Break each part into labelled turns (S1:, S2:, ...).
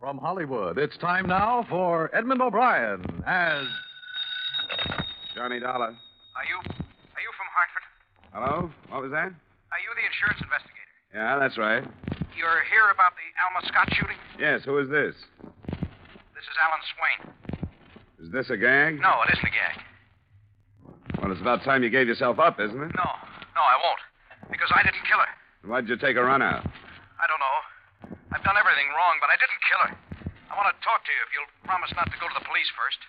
S1: From Hollywood, it's time now for Edmund O'Brien as.
S2: Johnny Dollar.
S3: Are you are you from Hartford?
S2: Hello? What was that?
S3: Are you the insurance investigator?
S2: Yeah, that's right.
S3: You're here about the Alma Scott shooting?
S2: Yes, who is this?
S3: This is Alan Swain.
S2: Is this a gang?
S3: No, it isn't a gag.
S2: Well, it's about time you gave yourself up, isn't it?
S3: No, no, I won't. Because I didn't kill her.
S2: Why'd you take a run out?
S3: I don't know. I've done everything wrong, but I didn't kill her. I want to talk to you if you'll promise not to go to the police first.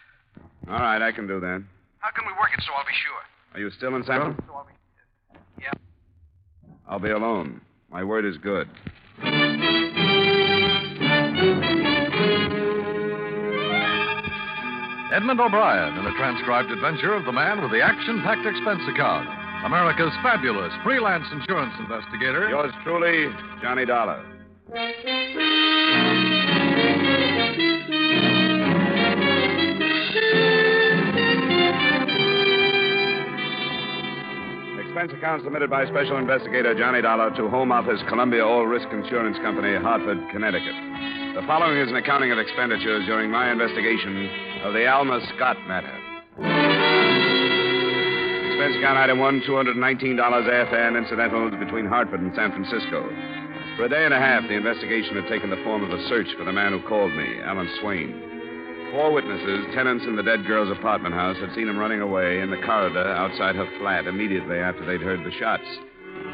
S2: All right, I can do that.
S3: How can we work it so I'll be sure?
S2: Are you still in Central?
S3: So I'll be. Yeah.
S2: I'll be alone. My word is good.
S1: Edmund O'Brien in a transcribed adventure of the man with the action packed expense account. America's fabulous freelance insurance investigator.
S2: Yours truly, Johnny Dollar. Expense account submitted by Special Investigator Johnny Dollar to Home Office Columbia All Risk Insurance Company, Hartford, Connecticut. The following is an accounting of expenditures during my investigation of the Alma Scott matter. Expense account item one, $219 airfare and incidentals between Hartford and San Francisco. For a day and a half, the investigation had taken the form of a search for the man who called me, Alan Swain. Four witnesses, tenants in the dead girl's apartment house, had seen him running away in the corridor outside her flat immediately after they'd heard the shots.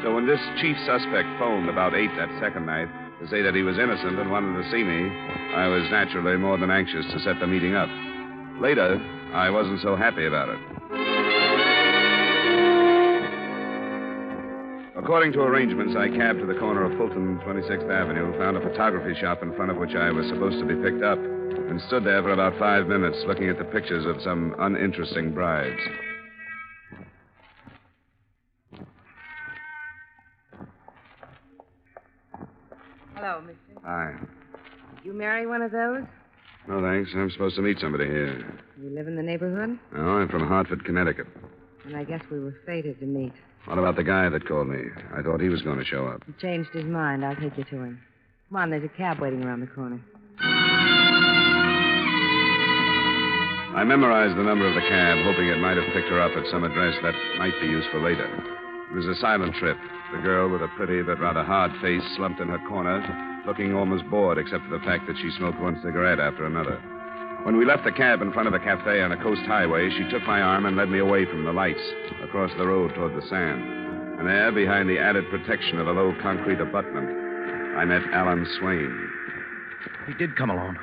S2: So when this chief suspect phoned about 8 that second night to say that he was innocent and wanted to see me, I was naturally more than anxious to set the meeting up. Later, I wasn't so happy about it. According to arrangements, I cabbed to the corner of Fulton and 26th Avenue, found a photography shop in front of which I was supposed to be picked up, and stood there for about five minutes looking at the pictures of some uninteresting brides.
S4: Hello, mister.
S2: Hi.
S4: You marry one of those?
S2: No, thanks. I'm supposed to meet somebody here.
S4: You live in the neighborhood?
S2: No, I'm from Hartford, Connecticut.
S4: And I guess we were fated to meet.
S2: What about the guy that called me? I thought he was going to show up.
S4: He changed his mind. I'll take you to him. Come on, there's a cab waiting around the corner.
S2: I memorized the number of the cab, hoping it might have picked her up at some address that might be useful later. It was a silent trip. The girl with a pretty but rather hard face slumped in her corner, looking almost bored except for the fact that she smoked one cigarette after another. When we left the cab in front of a cafe on a coast highway, she took my arm and led me away from the lights, across the road toward the sand. And there, behind the added protection of a low concrete abutment, I met Alan Swain.
S5: He did come alone.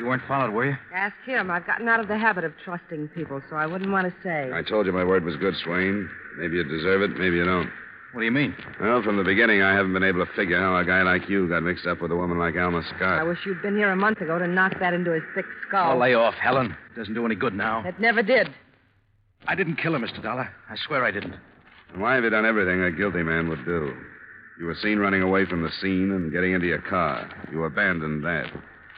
S5: You weren't followed, were you?
S4: Ask him. I've gotten out of the habit of trusting people, so I wouldn't want to say.
S2: I told you my word was good, Swain. Maybe you deserve it, maybe you don't.
S5: What do you mean?
S2: Well, from the beginning, I haven't been able to figure how a guy like you got mixed up with a woman like Alma
S4: I
S2: Scott.
S4: wish you'd been here a month ago to knock that into his thick
S5: I'll
S4: skull.
S5: lay off, Helen. Doesn't do any good now.
S4: That never did.
S5: I didn't kill her, Mr. Dollar. I swear I didn't.
S2: And Why have you done everything a guilty man would do? You were seen running away from the scene and getting into your car. You abandoned that.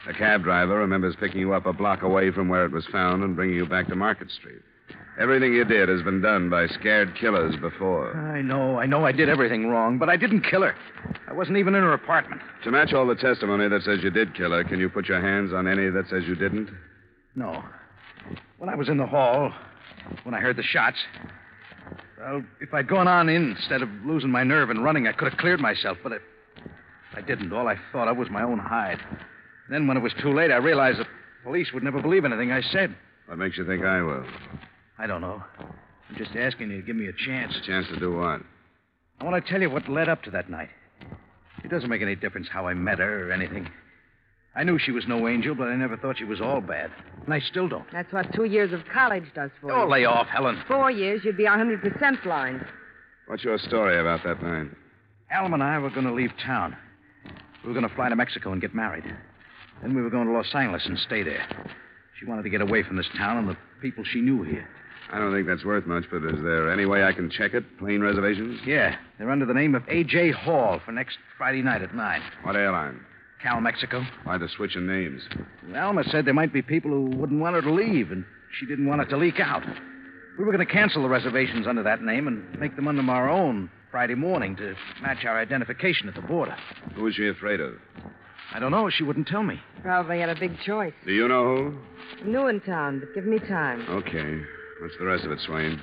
S2: The cab driver remembers picking you up a block away from where it was found and bringing you back to Market Street. Everything you did has been done by scared killers before.
S5: I know, I know I did everything wrong, but I didn't kill her. I wasn't even in her apartment.
S2: To match all the testimony that says you did kill her, can you put your hands on any that says you didn't?
S5: No. When I was in the hall, when I heard the shots, well, if I'd gone on in instead of losing my nerve and running, I could have cleared myself, but I, I didn't. All I thought of was my own hide. Then, when it was too late, I realized the police would never believe anything I said.
S2: What makes you think I will?
S5: I don't know. I'm just asking you to give me a chance.
S2: A chance to do what?
S5: I want to tell you what led up to that night. It doesn't make any difference how I met her or anything. I knew she was no angel, but I never thought she was all bad. And I still don't.
S4: That's what two years of college does for
S5: Oh,
S4: you.
S5: lay off, Helen.
S4: Four years, you'd be 100% blind.
S2: What's your story about that night?
S5: Alma and I were going to leave town. We were going to fly to Mexico and get married. Then we were going to Los Angeles and stay there. She wanted to get away from this town and the people she knew here.
S2: I don't think that's worth much, but is there any way I can check it? Plane reservations?
S5: Yeah, they're under the name of A.J. Hall for next Friday night at 9.
S2: What airline?
S5: Cal, Mexico.
S2: Why the switch in names?
S5: Alma said there might be people who wouldn't want her to leave, and she didn't want it to leak out. We were going to cancel the reservations under that name and make them under our own Friday morning to match our identification at the border.
S2: Who is she afraid of?
S5: I don't know. She wouldn't tell me.
S4: Probably had a big choice.
S2: Do you know who?
S4: New in town, but give me time.
S2: Okay. What's the rest of it, Swain?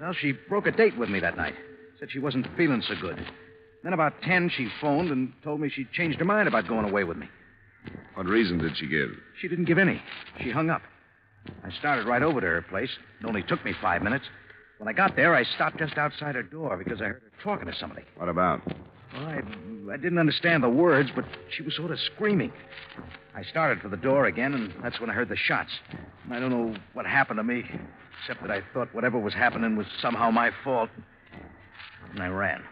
S5: Well, she broke a date with me that night. Said she wasn't feeling so good. Then about 10, she phoned and told me she'd changed her mind about going away with me.
S2: What reason did she give?
S5: She didn't give any. She hung up. I started right over to her place. It only took me five minutes. When I got there, I stopped just outside her door because I heard her talking to somebody.
S2: What about?
S5: Well, I, I didn't understand the words, but she was sort of screaming. I started for the door again, and that's when I heard the shots. And I don't know what happened to me, except that I thought whatever was happening was somehow my fault. And I ran.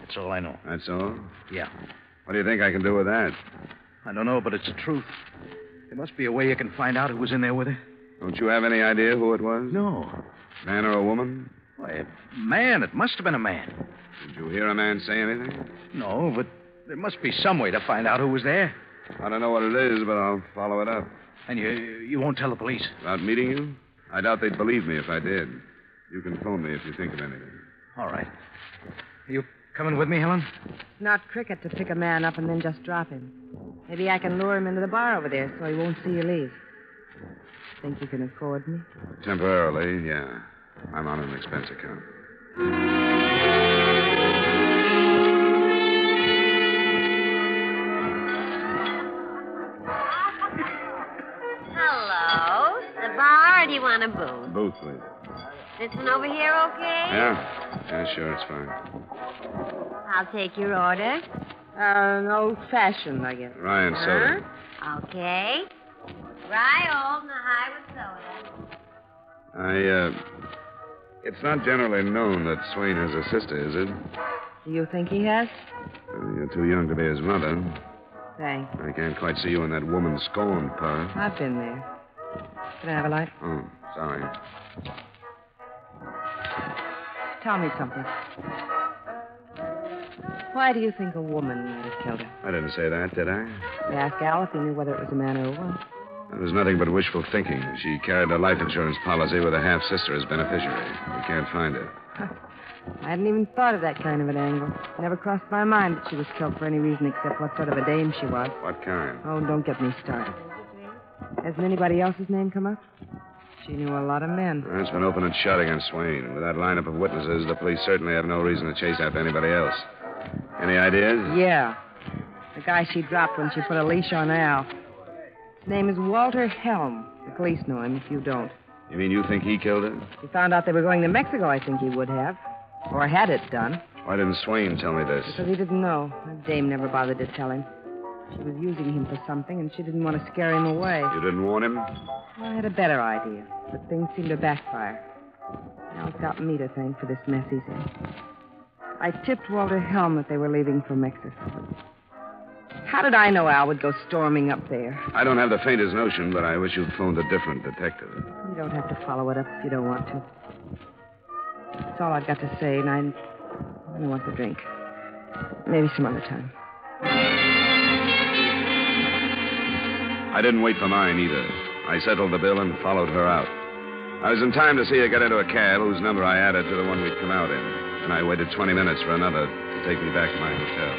S5: That's all I know.
S2: That's all?
S5: Yeah.
S2: What do you think I can do with that?
S5: I don't know, but it's the truth. There must be a way you can find out who was in there with her.
S2: Don't you have any idea who it was?
S5: No.
S2: Man or a woman?
S5: Why, a man. It must have been a man.
S2: Did you hear a man say anything?
S5: No, but there must be some way to find out who was there.
S2: I don't know what it is, but I'll follow it up.
S5: And you you won't tell the police.
S2: About meeting you? I doubt they'd believe me if I did. You can phone me if you think of anything.
S5: All right. Are you coming with me, Helen?
S4: Not cricket to pick a man up and then just drop him. Maybe I can lure him into the bar over there so he won't see you leave. Think you can afford me?
S2: Temporarily, yeah. I'm on an expense account.
S6: Hello. The bar, or do you want a booth?
S2: Both, please.
S6: This one over here, okay?
S2: Yeah? Yeah, sure, it's fine.
S6: I'll take your order.
S4: Uh, an old fashioned, I guess.
S2: Ryan soda.
S6: Okay. Rye old and a high with soda.
S2: I, uh. It's not generally known that Swain has a sister, is it?
S4: Do you think he has?
S2: Well, you're too young to be his mother.
S4: Thanks.
S2: I can't quite see you in that woman scorned part.
S4: I've been there. Can I have a light?
S2: Oh, sorry.
S4: Tell me something. Why do you think a woman might have killed her?
S2: I didn't say that, did I?
S4: They asked Al if he knew whether it was a man or a woman.
S2: It was nothing but wishful thinking. She carried a life insurance policy with a half sister as beneficiary. We can't find her.
S4: I hadn't even thought of that kind of an angle. Never crossed my mind that she was killed for any reason except what sort of a dame she was.
S2: What kind?
S4: Oh, don't get me started. Hasn't anybody else's name come up? She knew a lot of men.
S2: Well, It's been open and shut against Swain. With that lineup of witnesses, the police certainly have no reason to chase after anybody else. Any ideas?
S4: Yeah. The guy she dropped when she put a leash on Al. His name is Walter Helm. The police know him if you don't.
S2: You mean you think he killed her?
S4: If he found out they were going to Mexico, I think he would have. Or had it done.
S2: Why didn't Swain tell me this?
S4: Because he didn't know. That dame never bothered to tell him. She was using him for something, and she didn't want to scare him away.
S2: You didn't warn him?
S4: Well, I had a better idea, but things seemed to backfire. Now it's got me to thank for this mess he's in. I tipped Walter Helm that they were leaving for Mexico. How did I know Al would go storming up there?
S2: I don't have the faintest notion, but I wish you'd phoned a different detective.
S4: You don't have to follow it up if you don't want to. That's all I've got to say, and I, I don't want the drink. Maybe some other time.
S2: I didn't wait for mine either. I settled the bill and followed her out. I was in time to see her get into a cab whose number I added to the one we'd come out in, and I waited 20 minutes for another to take me back to my hotel.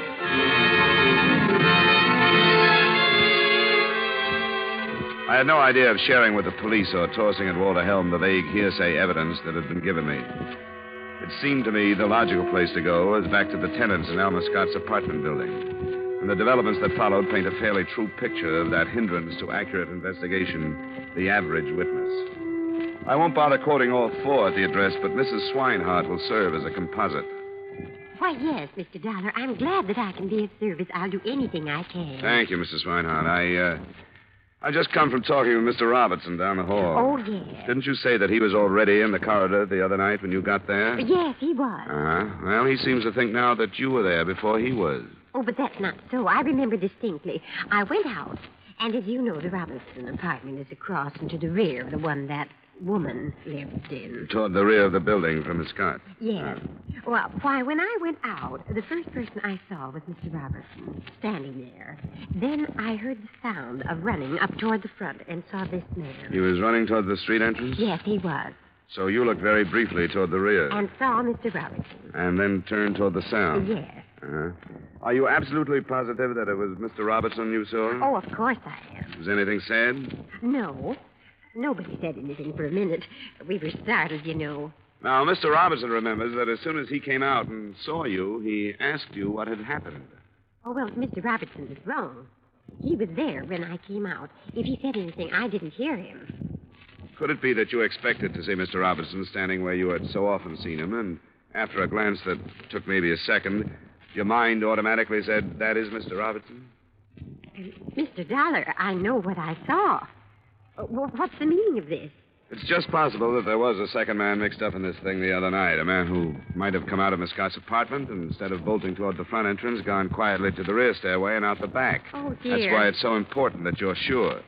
S2: I had no idea of sharing with the police or tossing at Walter Helm the vague hearsay evidence that had been given me. It seemed to me the logical place to go was back to the tenants in Alma Scott's apartment building. And the developments that followed paint a fairly true picture of that hindrance to accurate investigation, the average witness. I won't bother quoting all four at the address, but Mrs. Swinehart will serve as a composite.
S6: Why, yes, Mr. Dollar. I'm glad that I can be of service. I'll do anything I can.
S2: Thank you, Mrs. Swinehart. I, uh, I just come from talking with Mr. Robertson down the
S6: Oh,
S2: hall.
S6: yes.
S2: Didn't you say that he was already in the corridor the other night when you got there?
S6: Yes, he was.
S2: Uh-huh. Well, he seems to think now that you were there before he was.
S6: Oh, but that's not so. I remember distinctly. I went out, and as you know, the Robinson apartment is across and to the rear of the one that woman lived in.
S2: Toward the rear of the building from the Scott.
S6: Yes. Well, why, when I went out, the first person I saw was Mr. Robertson standing there. Then I heard the sound of running up toward the front and saw this man.
S2: He was running toward the street entrance?
S6: Yes, he was.
S2: So you looked very briefly toward the rear.
S6: And saw Mr. Robertson.
S2: Oh. and then turned toward the sound.
S6: Yes.
S2: Uh-huh. Are you absolutely positive that it was Mr. Robertson you saw?
S6: Oh, of course I am.
S2: Was anything said?
S6: No. Nobody said anything for a minute. We were startled, you know.
S2: Now, Mr. Robertson remembers that as soon as he came out and saw you, he asked you what had happened.
S6: Oh, well, Mr. Robertson was wrong. He was there when I came out. If he said anything, I didn't hear him.
S2: Could it be that you expected to see Mr. Robertson standing where you had so often seen him, and after a glance that took maybe a second, your mind automatically said, That is Mr. Robertson?
S6: And, Mr. Dollar, I know what I saw. Uh, wh- What's the meaning of this?
S2: It's just possible that there was a second man mixed up in this thing the other night, a man who might have come out of Miss Scott's apartment and instead of bolting toward the front entrance, gone quietly to the rear stairway and out the back.
S6: Oh, dear.
S2: That's why it's so important that you're sure.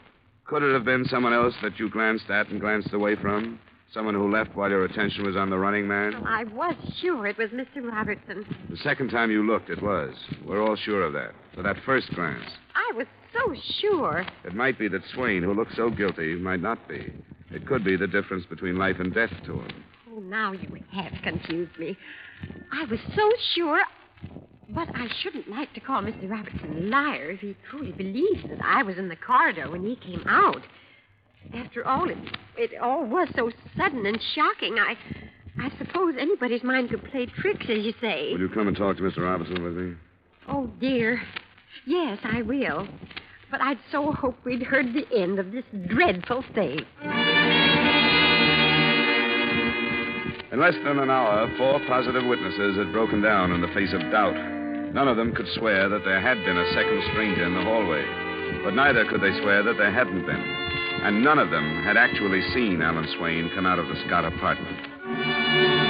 S2: Could it have been someone else that you glanced at and glanced away from? Someone who left while your attention was on the running man?
S6: Well, I was sure it was Mr. Robertson.
S2: The second time you looked, it was. We're all sure of that. For that first glance.
S6: I was so sure.
S2: It might be that Swain, who looked so guilty, might not be. It could be the difference between life and death to him.
S6: Oh, now you have confused me. I was so sure. But I shouldn't like to call Mr. Robertson a liar if he truly believes that I was in the corridor when he came out. After all, it, it all was so sudden and shocking. I, I suppose anybody's mind could play tricks, as you say.
S2: Will you come and talk to Mr. Robertson with me?
S6: Oh, dear. Yes, I will. But I'd so hoped we'd heard the end of this dreadful thing.
S2: In less than an hour, four positive witnesses had broken down in the face of doubt. None of them could swear that there had been a second stranger in the hallway, but neither could they swear that there hadn't been. And none of them had actually seen Alan Swain come out of the Scott apartment.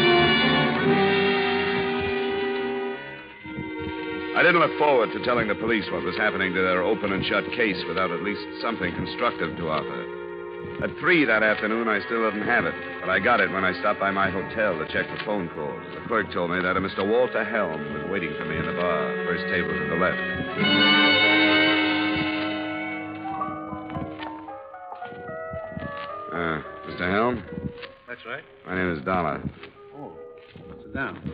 S2: I didn't look forward to telling the police what was happening to their open and shut case without at least something constructive to offer. At three that afternoon, I still didn't have it, but I got it when I stopped by my hotel to check for phone calls. The clerk told me that a Mr. Walter Helm was waiting for me in the bar, first table to the left. Uh, Mr. Helm,
S5: That's right.
S2: my name is Dollar.
S5: Oh, sit down.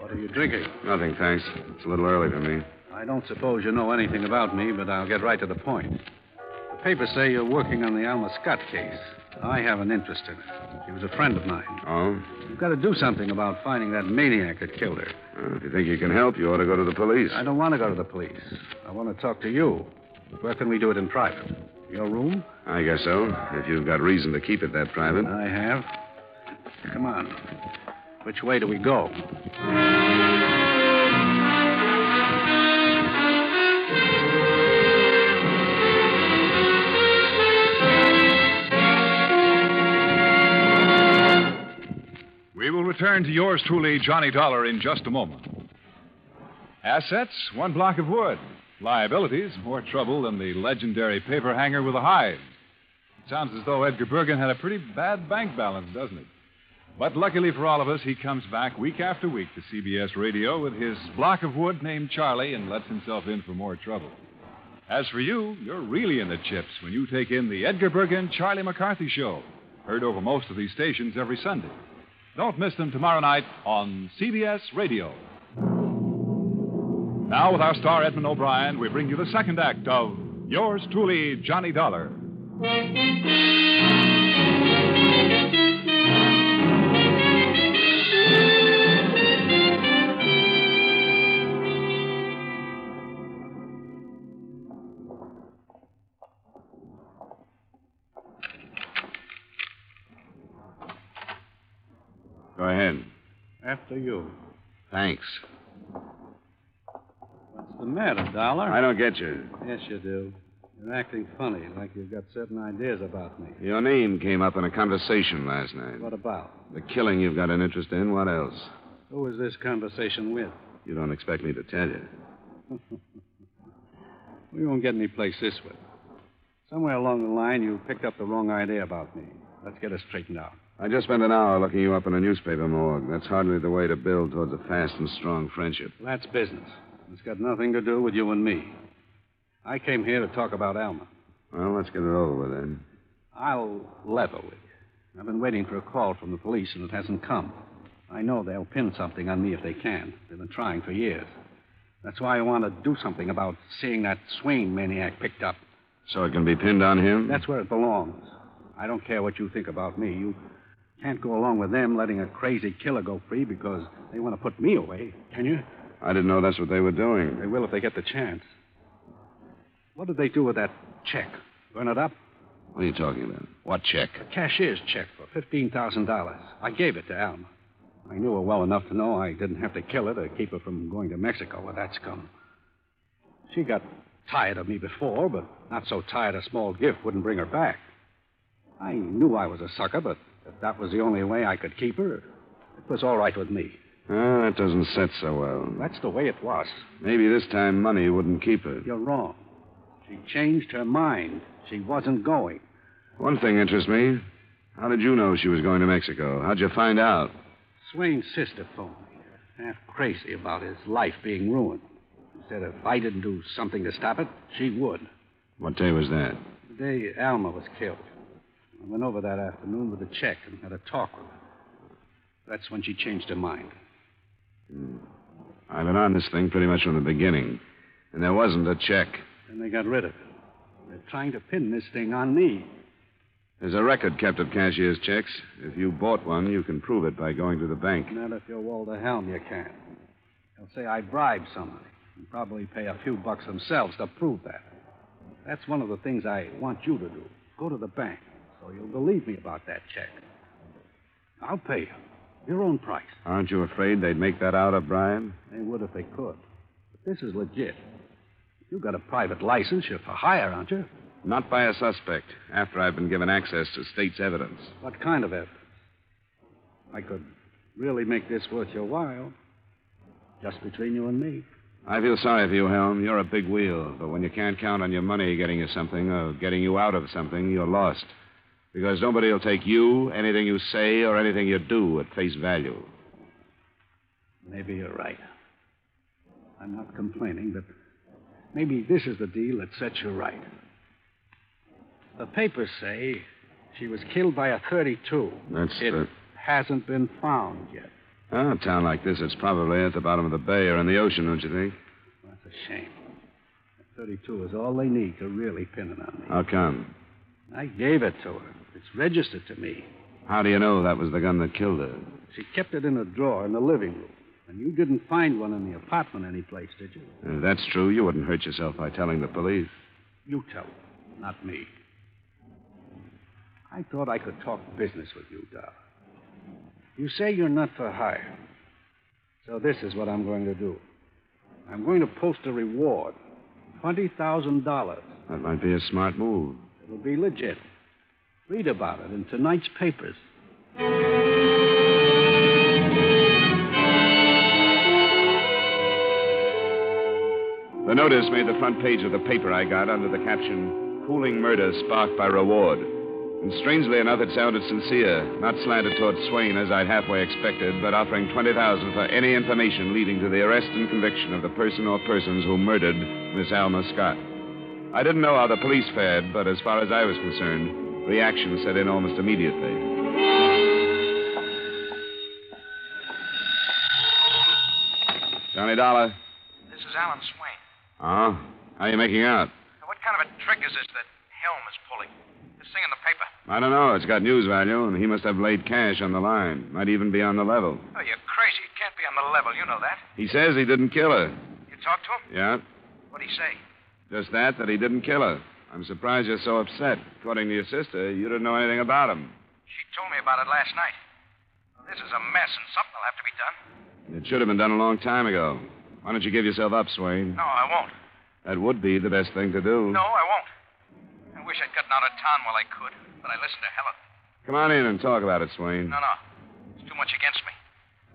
S5: What are you drinking?
S2: Nothing, thanks. It's a little early for me.
S5: I don't suppose you know anything about me, but I'll get right to the point. The papers say you're working on the Alma Scott case. I have an interest in it. She was a friend of mine.
S2: Oh?
S5: You've got to do something about finding that maniac that killed her.
S2: Well, uh, if you think you can help, you ought to go to the police.
S5: I don't want to go to the police. I want to talk to you. Where can we do it in private? Your room?
S2: I guess so, if you've got reason to keep it that private.
S5: I have. Come on. Which way do we go?
S1: We will return to yours truly, Johnny Dollar, in just a moment. Assets, one block of wood. Liabilities, more trouble than the legendary paper hanger with a hive. Sounds as though Edgar Bergen had a pretty bad bank balance, doesn't it? But luckily for all of us, he comes back week after week to CBS Radio with his block of wood named Charlie and lets himself in for more trouble. As for you, you're really in the chips when you take in the Edgar Bergen Charlie McCarthy Show, heard over most of these stations every Sunday. Don't miss them tomorrow night on CBS Radio. Now, with our star Edmund O'Brien, we bring you the second act of Yours Truly, Johnny Dollar.
S2: Go ahead.
S5: After you.
S2: Thanks.
S5: What's the matter, Dollar?
S2: I don't get you.
S5: Yes, you do. You're acting funny, like you've got certain ideas about me.
S2: Your name came up in a conversation last night.
S5: What about?
S2: The killing you've got an interest in, what else?
S5: Who was this conversation with?
S2: You don't expect me to tell you.
S5: We won't get any place this way. Somewhere along the line, you picked up the wrong idea about me. Let's get it straightened out.
S2: I just spent an hour looking you up in a newspaper morgue. That's hardly the way to build towards a fast and strong friendship.
S5: That's business. It's got nothing to do with you and me. I came here to talk about Alma.
S2: Well, let's get it over with then.
S5: I'll level with you. I've been waiting for a call from the police, and it hasn't come. I know they'll pin something on me if they can. They've been trying for years.
S7: That's why I want to do something about seeing that Swain maniac picked up.
S2: So it can be pinned on him?
S7: That's where it belongs. I don't care what you think about me. You can't go along with them letting a crazy killer go free because they want to put me away, can you?
S2: I didn't know that's what they were doing.
S7: They will if they get the chance. What did they do with that check? Burn it up?
S2: What are you talking about? What check?
S7: A cashier's check for $15,000. I gave it to Alma. I knew her well enough to know I didn't have to kill her to keep her from going to Mexico with that scum. She got tired of me before, but not so tired a small gift wouldn't bring her back. I knew I was a sucker, but if that was the only way I could keep her, it was all right with me.
S2: Ah, that doesn't set so well.
S7: That's the way it was.
S2: Maybe this time money wouldn't keep her.
S7: You're wrong. She changed her mind. She wasn't going.
S2: One thing interests me. How did you know she was going to Mexico? How'd you find out?
S7: Swain's sister phoned me, half crazy about his life being ruined. She said if I didn't do something to stop it, she would.
S2: What day was that?
S7: The day Alma was killed. I went over that afternoon with a check and had a talk with her. That's when she changed her mind.
S2: I've been on this thing pretty much from the beginning, and there wasn't a check.
S7: Then they got rid of it. They're trying to pin this thing on me.
S2: There's a record kept of cashier's checks. If you bought one, you can prove it by going to the bank.
S7: Not if you're Walter Helm, you can't. They'll say I bribed somebody and probably pay a few bucks themselves to prove that. That's one of the things I want you to do. Go to the bank so you'll believe me about that check. I'll pay you. Your own price.
S2: Aren't you afraid they'd make that out a bribe?
S7: They would if they could. But this is legit. You got a private license. You're for hire, aren't you?
S2: Not by a suspect, after I've been given access to state's evidence.
S7: What kind of evidence? I could really make this worth your while. Just between you and me.
S2: I feel sorry for you, Helm. You're a big wheel, but when you can't count on your money getting you something or getting you out of something, you're lost. Because nobody will take you, anything you say, or anything you do at face value.
S7: Maybe you're right. I'm not complaining, but maybe this is the deal that sets you right. The papers say she was killed by a 32.
S2: That's
S7: it
S2: the-
S7: hasn't been found yet.
S2: Ah, a town like this, it's probably at the bottom of the bay or in the ocean, don't you think?
S7: That's a shame. A 32 is all they need to really pin it on me.
S2: How come?
S7: I gave it to her. It's registered to me.
S2: How do you know that was the gun that killed her?
S7: She kept it in a drawer in the living room. And you didn't find one in the apartment anyplace, did you?
S2: If that's true, you wouldn't hurt yourself by telling the police.
S7: You tell them, not me. I thought I could talk business with you, Doc. You say you're not for hire. So this is what I'm going to do. I'm going to post a reward. Twenty thousand dollars.
S2: That might be a smart move.
S7: It'll be legit. Read about it in tonight's papers.
S2: The notice made the front page of the paper I got under the caption, Cooling Murder Sparked by Reward. And strangely enough, it sounded sincere, not slanted toward Swain as I'd halfway expected, but offering 20000 for any information leading to the arrest and conviction of the person or persons who murdered Miss Alma Scott. I didn't know how the police fared, but as far as I was concerned, reaction set in almost immediately. Johnny Dollar.
S3: This is Alan Swain.
S2: Oh? How are you making out?
S3: Now, what kind of a trick is this that Helm is pulling? This thing in the paper.
S2: I don't know. It's got news value, and he must have laid cash on the line. Might even be on the level.
S3: Oh, you're crazy. It can't be on the level. You know that.
S2: He says he didn't kill her.
S3: You talked to him?
S2: Yeah?
S3: What'd he say?
S2: Just that, that he didn't kill her. I'm surprised you're so upset. According to your sister, you didn't know anything about him.
S3: She told me about it last night. Well, this is a mess, and something will have to be done.
S2: It should have been done a long time ago. Why don't you give yourself up, Swain?
S3: No, I won't.
S2: That would be the best thing to do.
S3: No, I won't. I wish I'd gotten out of town while I could, but I listened to Helen.
S2: Come on in and talk about it, Swain.
S3: No, no. It's too much against me.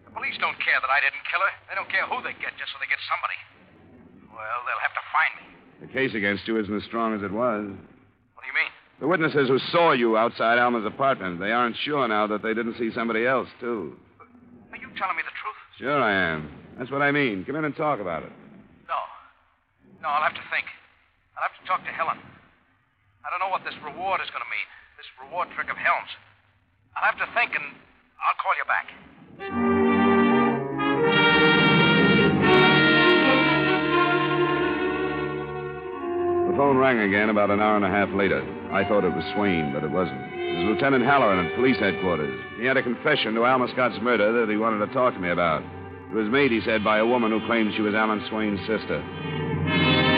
S3: The police don't care that I didn't kill her. They don't care who they get, just so they get somebody. Well, they'll have to find me.
S2: The case against you isn't as strong as it was.
S3: What do you mean?
S2: The witnesses who saw you outside Alma's apartment, they aren't sure now that they didn't see somebody else, too.
S3: Are you telling me the truth?
S2: Sure I am. That's what I mean. Come in and talk about it.
S3: No. No, I'll have to think. I'll have to talk to Helen. I don't know what this reward is going to mean. This reward trick of Helms. I'll have to think, and I'll call you back.
S2: The phone rang again about an hour and a half later. I thought it was Swain, but it wasn't. It was Lieutenant Halloran at police headquarters. He had a confession to Alma Scott's murder that he wanted to talk to me about. It was made, he said, by a woman who claimed she was Alan Swain's sister.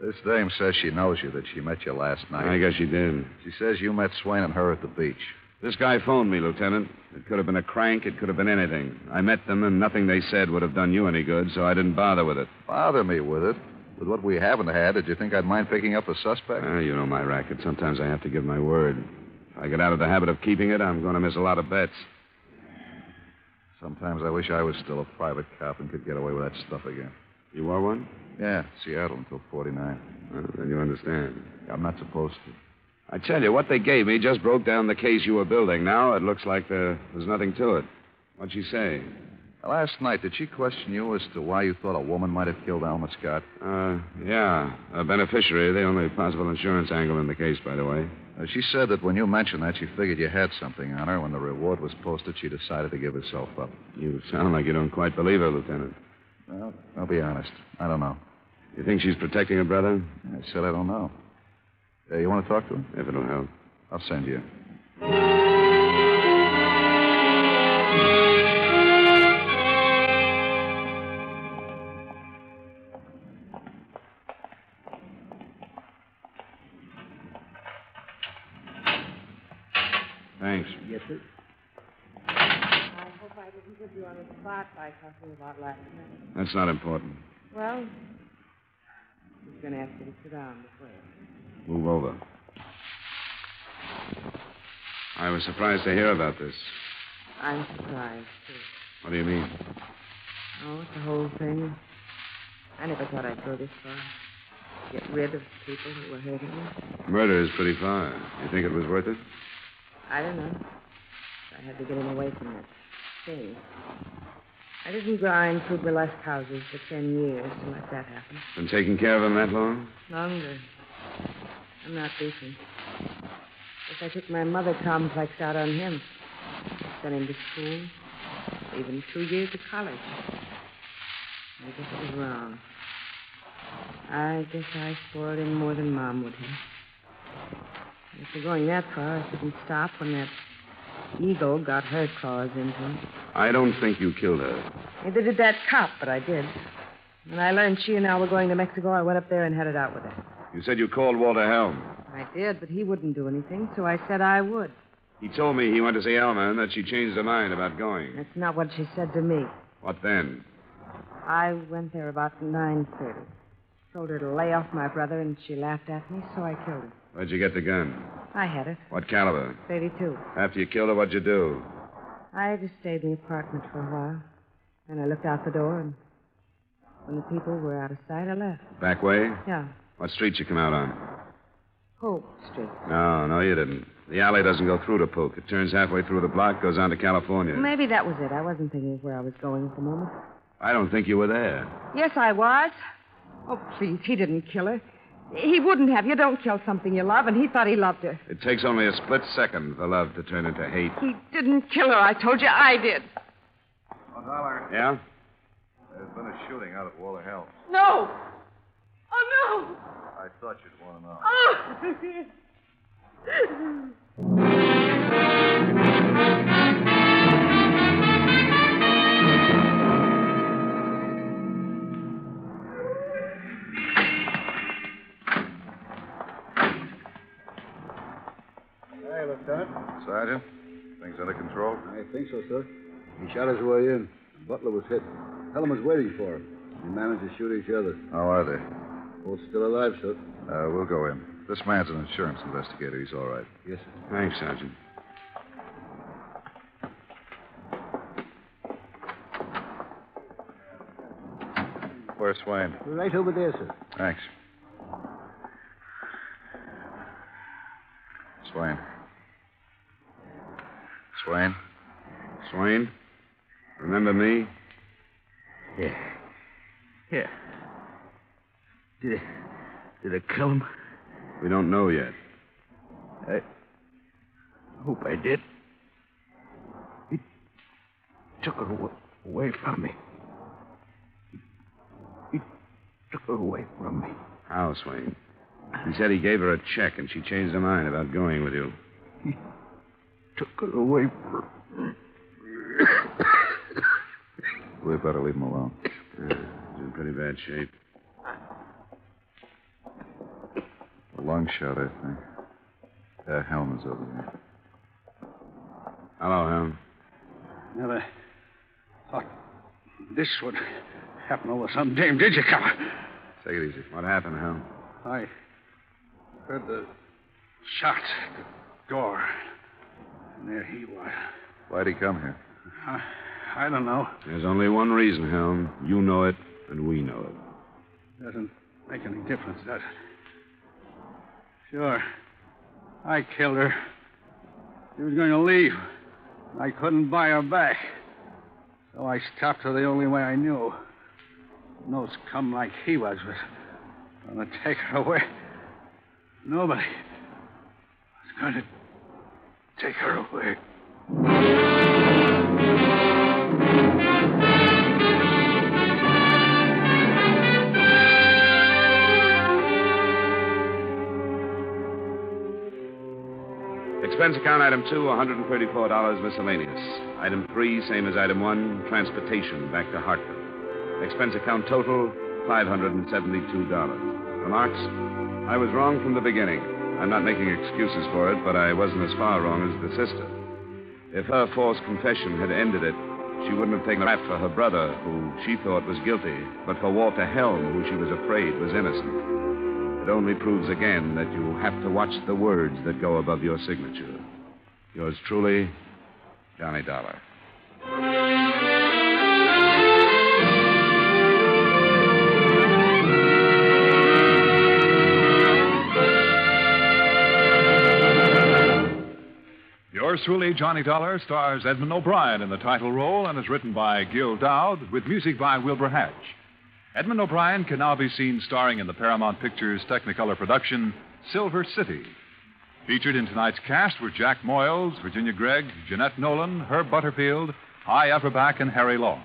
S8: This dame says she knows you, that she met you last night.
S2: I guess she did.
S8: She says you met Swain and her at the beach.
S2: This guy phoned me, Lieutenant. It could have been a crank, it could have been anything. I met them, and nothing they said would have done you any good, so I didn't bother with it.
S8: Bother me with it. With what we haven't had, did you think I'd mind picking up a suspect?
S2: Ah, you know my racket. Sometimes I have to give my word. If I get out of the habit of keeping it, I'm going to miss a lot of bets.
S8: Sometimes I wish I was still a private cop and could get away with that stuff again.
S2: You are one?
S8: Yeah, Seattle until 49.
S2: Well, then you understand.
S8: I'm not supposed to.
S2: I tell you, what they gave me just broke down the case you were building. Now it looks like there was nothing to it. What'd she say?
S8: Last night, did she question you as to why you thought a woman might have killed Alma Scott?
S2: Uh, yeah, a beneficiary, the only possible insurance angle in the case, by the way.
S8: Uh, she said that when you mentioned that, she figured you had something on her. When the reward was posted, she decided to give herself up.
S2: You sound like you don't quite believe her, Lieutenant.
S8: Well, I'll be honest. I don't know.
S2: You think she's protecting her brother?
S8: I said I don't know. Uh, you want to talk to him?
S2: If it'll help.
S8: I'll send you.
S2: Thanks.
S4: I hope I didn't put you on the spot by talking about last night.
S2: That's not important.
S4: Well, he's going to ask you to sit down before.
S2: Move over. I was surprised to hear about this.
S4: I'm surprised, too.
S2: What do you mean?
S4: Oh, it's the whole thing. I never thought I'd go this far. Get rid of people who were hurting me.
S2: Murder is pretty far. You think it was worth it?
S4: I don't know. I had to get him away from that thing. I didn't grind through burlesque houses for ten years to let that happen.
S2: Been taking care of him that long?
S4: Longer. I'm not decent. Guess I took my mother complex out on him. Sent him to school. Even two years of college. I guess it was wrong. I guess I spoiled him more than Mom would have. If you're going that far, I couldn't stop when that ego got her claws into him.
S2: I don't think you killed her.
S4: Neither did that cop, but I did. When I learned she and I were going to Mexico, I went up there and had it out with her.
S2: You said you called Walter Helm.
S4: I did, but he wouldn't do anything, so I said I would.
S2: He told me he went to see Alma and that she changed her mind about going.
S4: That's not what she said to me.
S2: What then?
S4: I went there about 9.30. Told her to lay off my brother, and she laughed at me, so I killed her.
S2: Where'd you get the gun?
S4: I had it,
S2: What caliber?
S4: 32.
S2: After you killed her, what'd you do?
S4: I just stayed in the apartment for a while. Then I looked out the door, and when the people were out of sight, I left.
S2: Back way?
S4: Yeah,
S2: What street you come out on?
S4: Hope Street.
S2: No, no, you didn't. The alley doesn't go through to Polk. It turns halfway through the block, goes on to California.
S4: Maybe that was it. I wasn't thinking of where I was going at the moment.
S2: I don't think you were there.
S4: Yes, I was. Oh, please, he didn't kill her. He wouldn't have. You don't kill something you love, and he thought he loved her.
S2: It takes only a split second for love to turn into hate.
S4: He didn't kill her. I told you I did.
S8: Dollar,
S2: Yeah?
S8: there's been a shooting out at Waller House.
S4: No. Oh, no.
S8: I thought you'd want to know.
S4: Oh.
S7: Hey, Lieutenant.
S8: Sergeant, things under control?
S7: I think so, sir. He shot his way in. Butler was hit. Helen was waiting for him. They managed to shoot each other.
S8: How are they?
S7: Both still alive, sir.
S8: Uh, we'll go in. This man's an insurance investigator. He's all right.
S7: Yes, sir.
S2: Thanks, Sergeant.
S8: Where's Swain?
S7: Right over there, sir.
S8: Thanks. Swain. Swain?
S2: Swain? Remember me?
S5: Yeah. Yeah. Did it, did it kill him?
S2: We don't know yet.
S5: I hope I did. He took her awa- away from me. He, he
S9: took her away from me.
S2: How, Swain? He said he gave her a check and she changed her mind about going with you.
S9: Took her away from
S8: We'd better leave him alone.
S2: Yeah, he's in pretty bad shape.
S8: A long shot, I think. Uh, Helm is over there.
S2: Hello, Helm.
S7: Never thought this would happen over some dame, did you, Coward?
S2: Take it easy. What happened, Helm?
S7: I heard the shots at the door. And there he was.
S8: Why'd he come here?
S7: I, I don't know.
S2: There's only one reason, Helm. You know it, and we know it.
S7: Doesn't make any difference, does it? Sure. I killed her. She was going to leave. I couldn't buy her back. So I stopped her the only way I knew. No scum like he was was going to take her away. Nobody was going to take her away.
S2: Expense account item two, $134 miscellaneous. Item three, same as item one, transportation back to Hartford. Expense account total, $572. Remarks? I was wrong from the beginning. I'm not making excuses for it, but I wasn't as far wrong as the sister. If her forced confession had ended it, she wouldn't have taken a rap for her brother, who she thought was guilty, but for Walter Helm, who she was afraid was innocent. It only proves again that you have to watch the words that go above your signature. Yours truly, Johnny Dollar.
S1: Yours truly, Johnny Dollar, stars Edmund O'Brien in the title role and is written by Gil Dowd with music by Wilbur Hatch. Edmund O'Brien can now be seen starring in the Paramount Pictures Technicolor production, Silver City. Featured in tonight's cast were Jack Moyles, Virginia Gregg, Jeanette Nolan, Herb Butterfield, I. Everback, and Harry Long.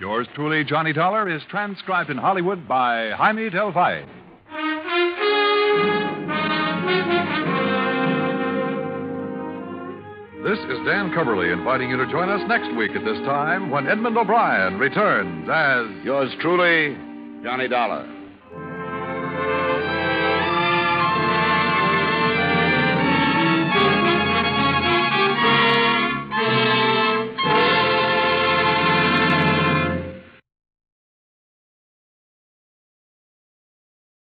S1: Yours truly, Johnny Dollar, is transcribed in Hollywood by Jaime Del Valle.
S10: This is Dan Coverly inviting you to join us next week at this time when Edmund O'Brien returns as
S2: Yours truly, Johnny Dollar.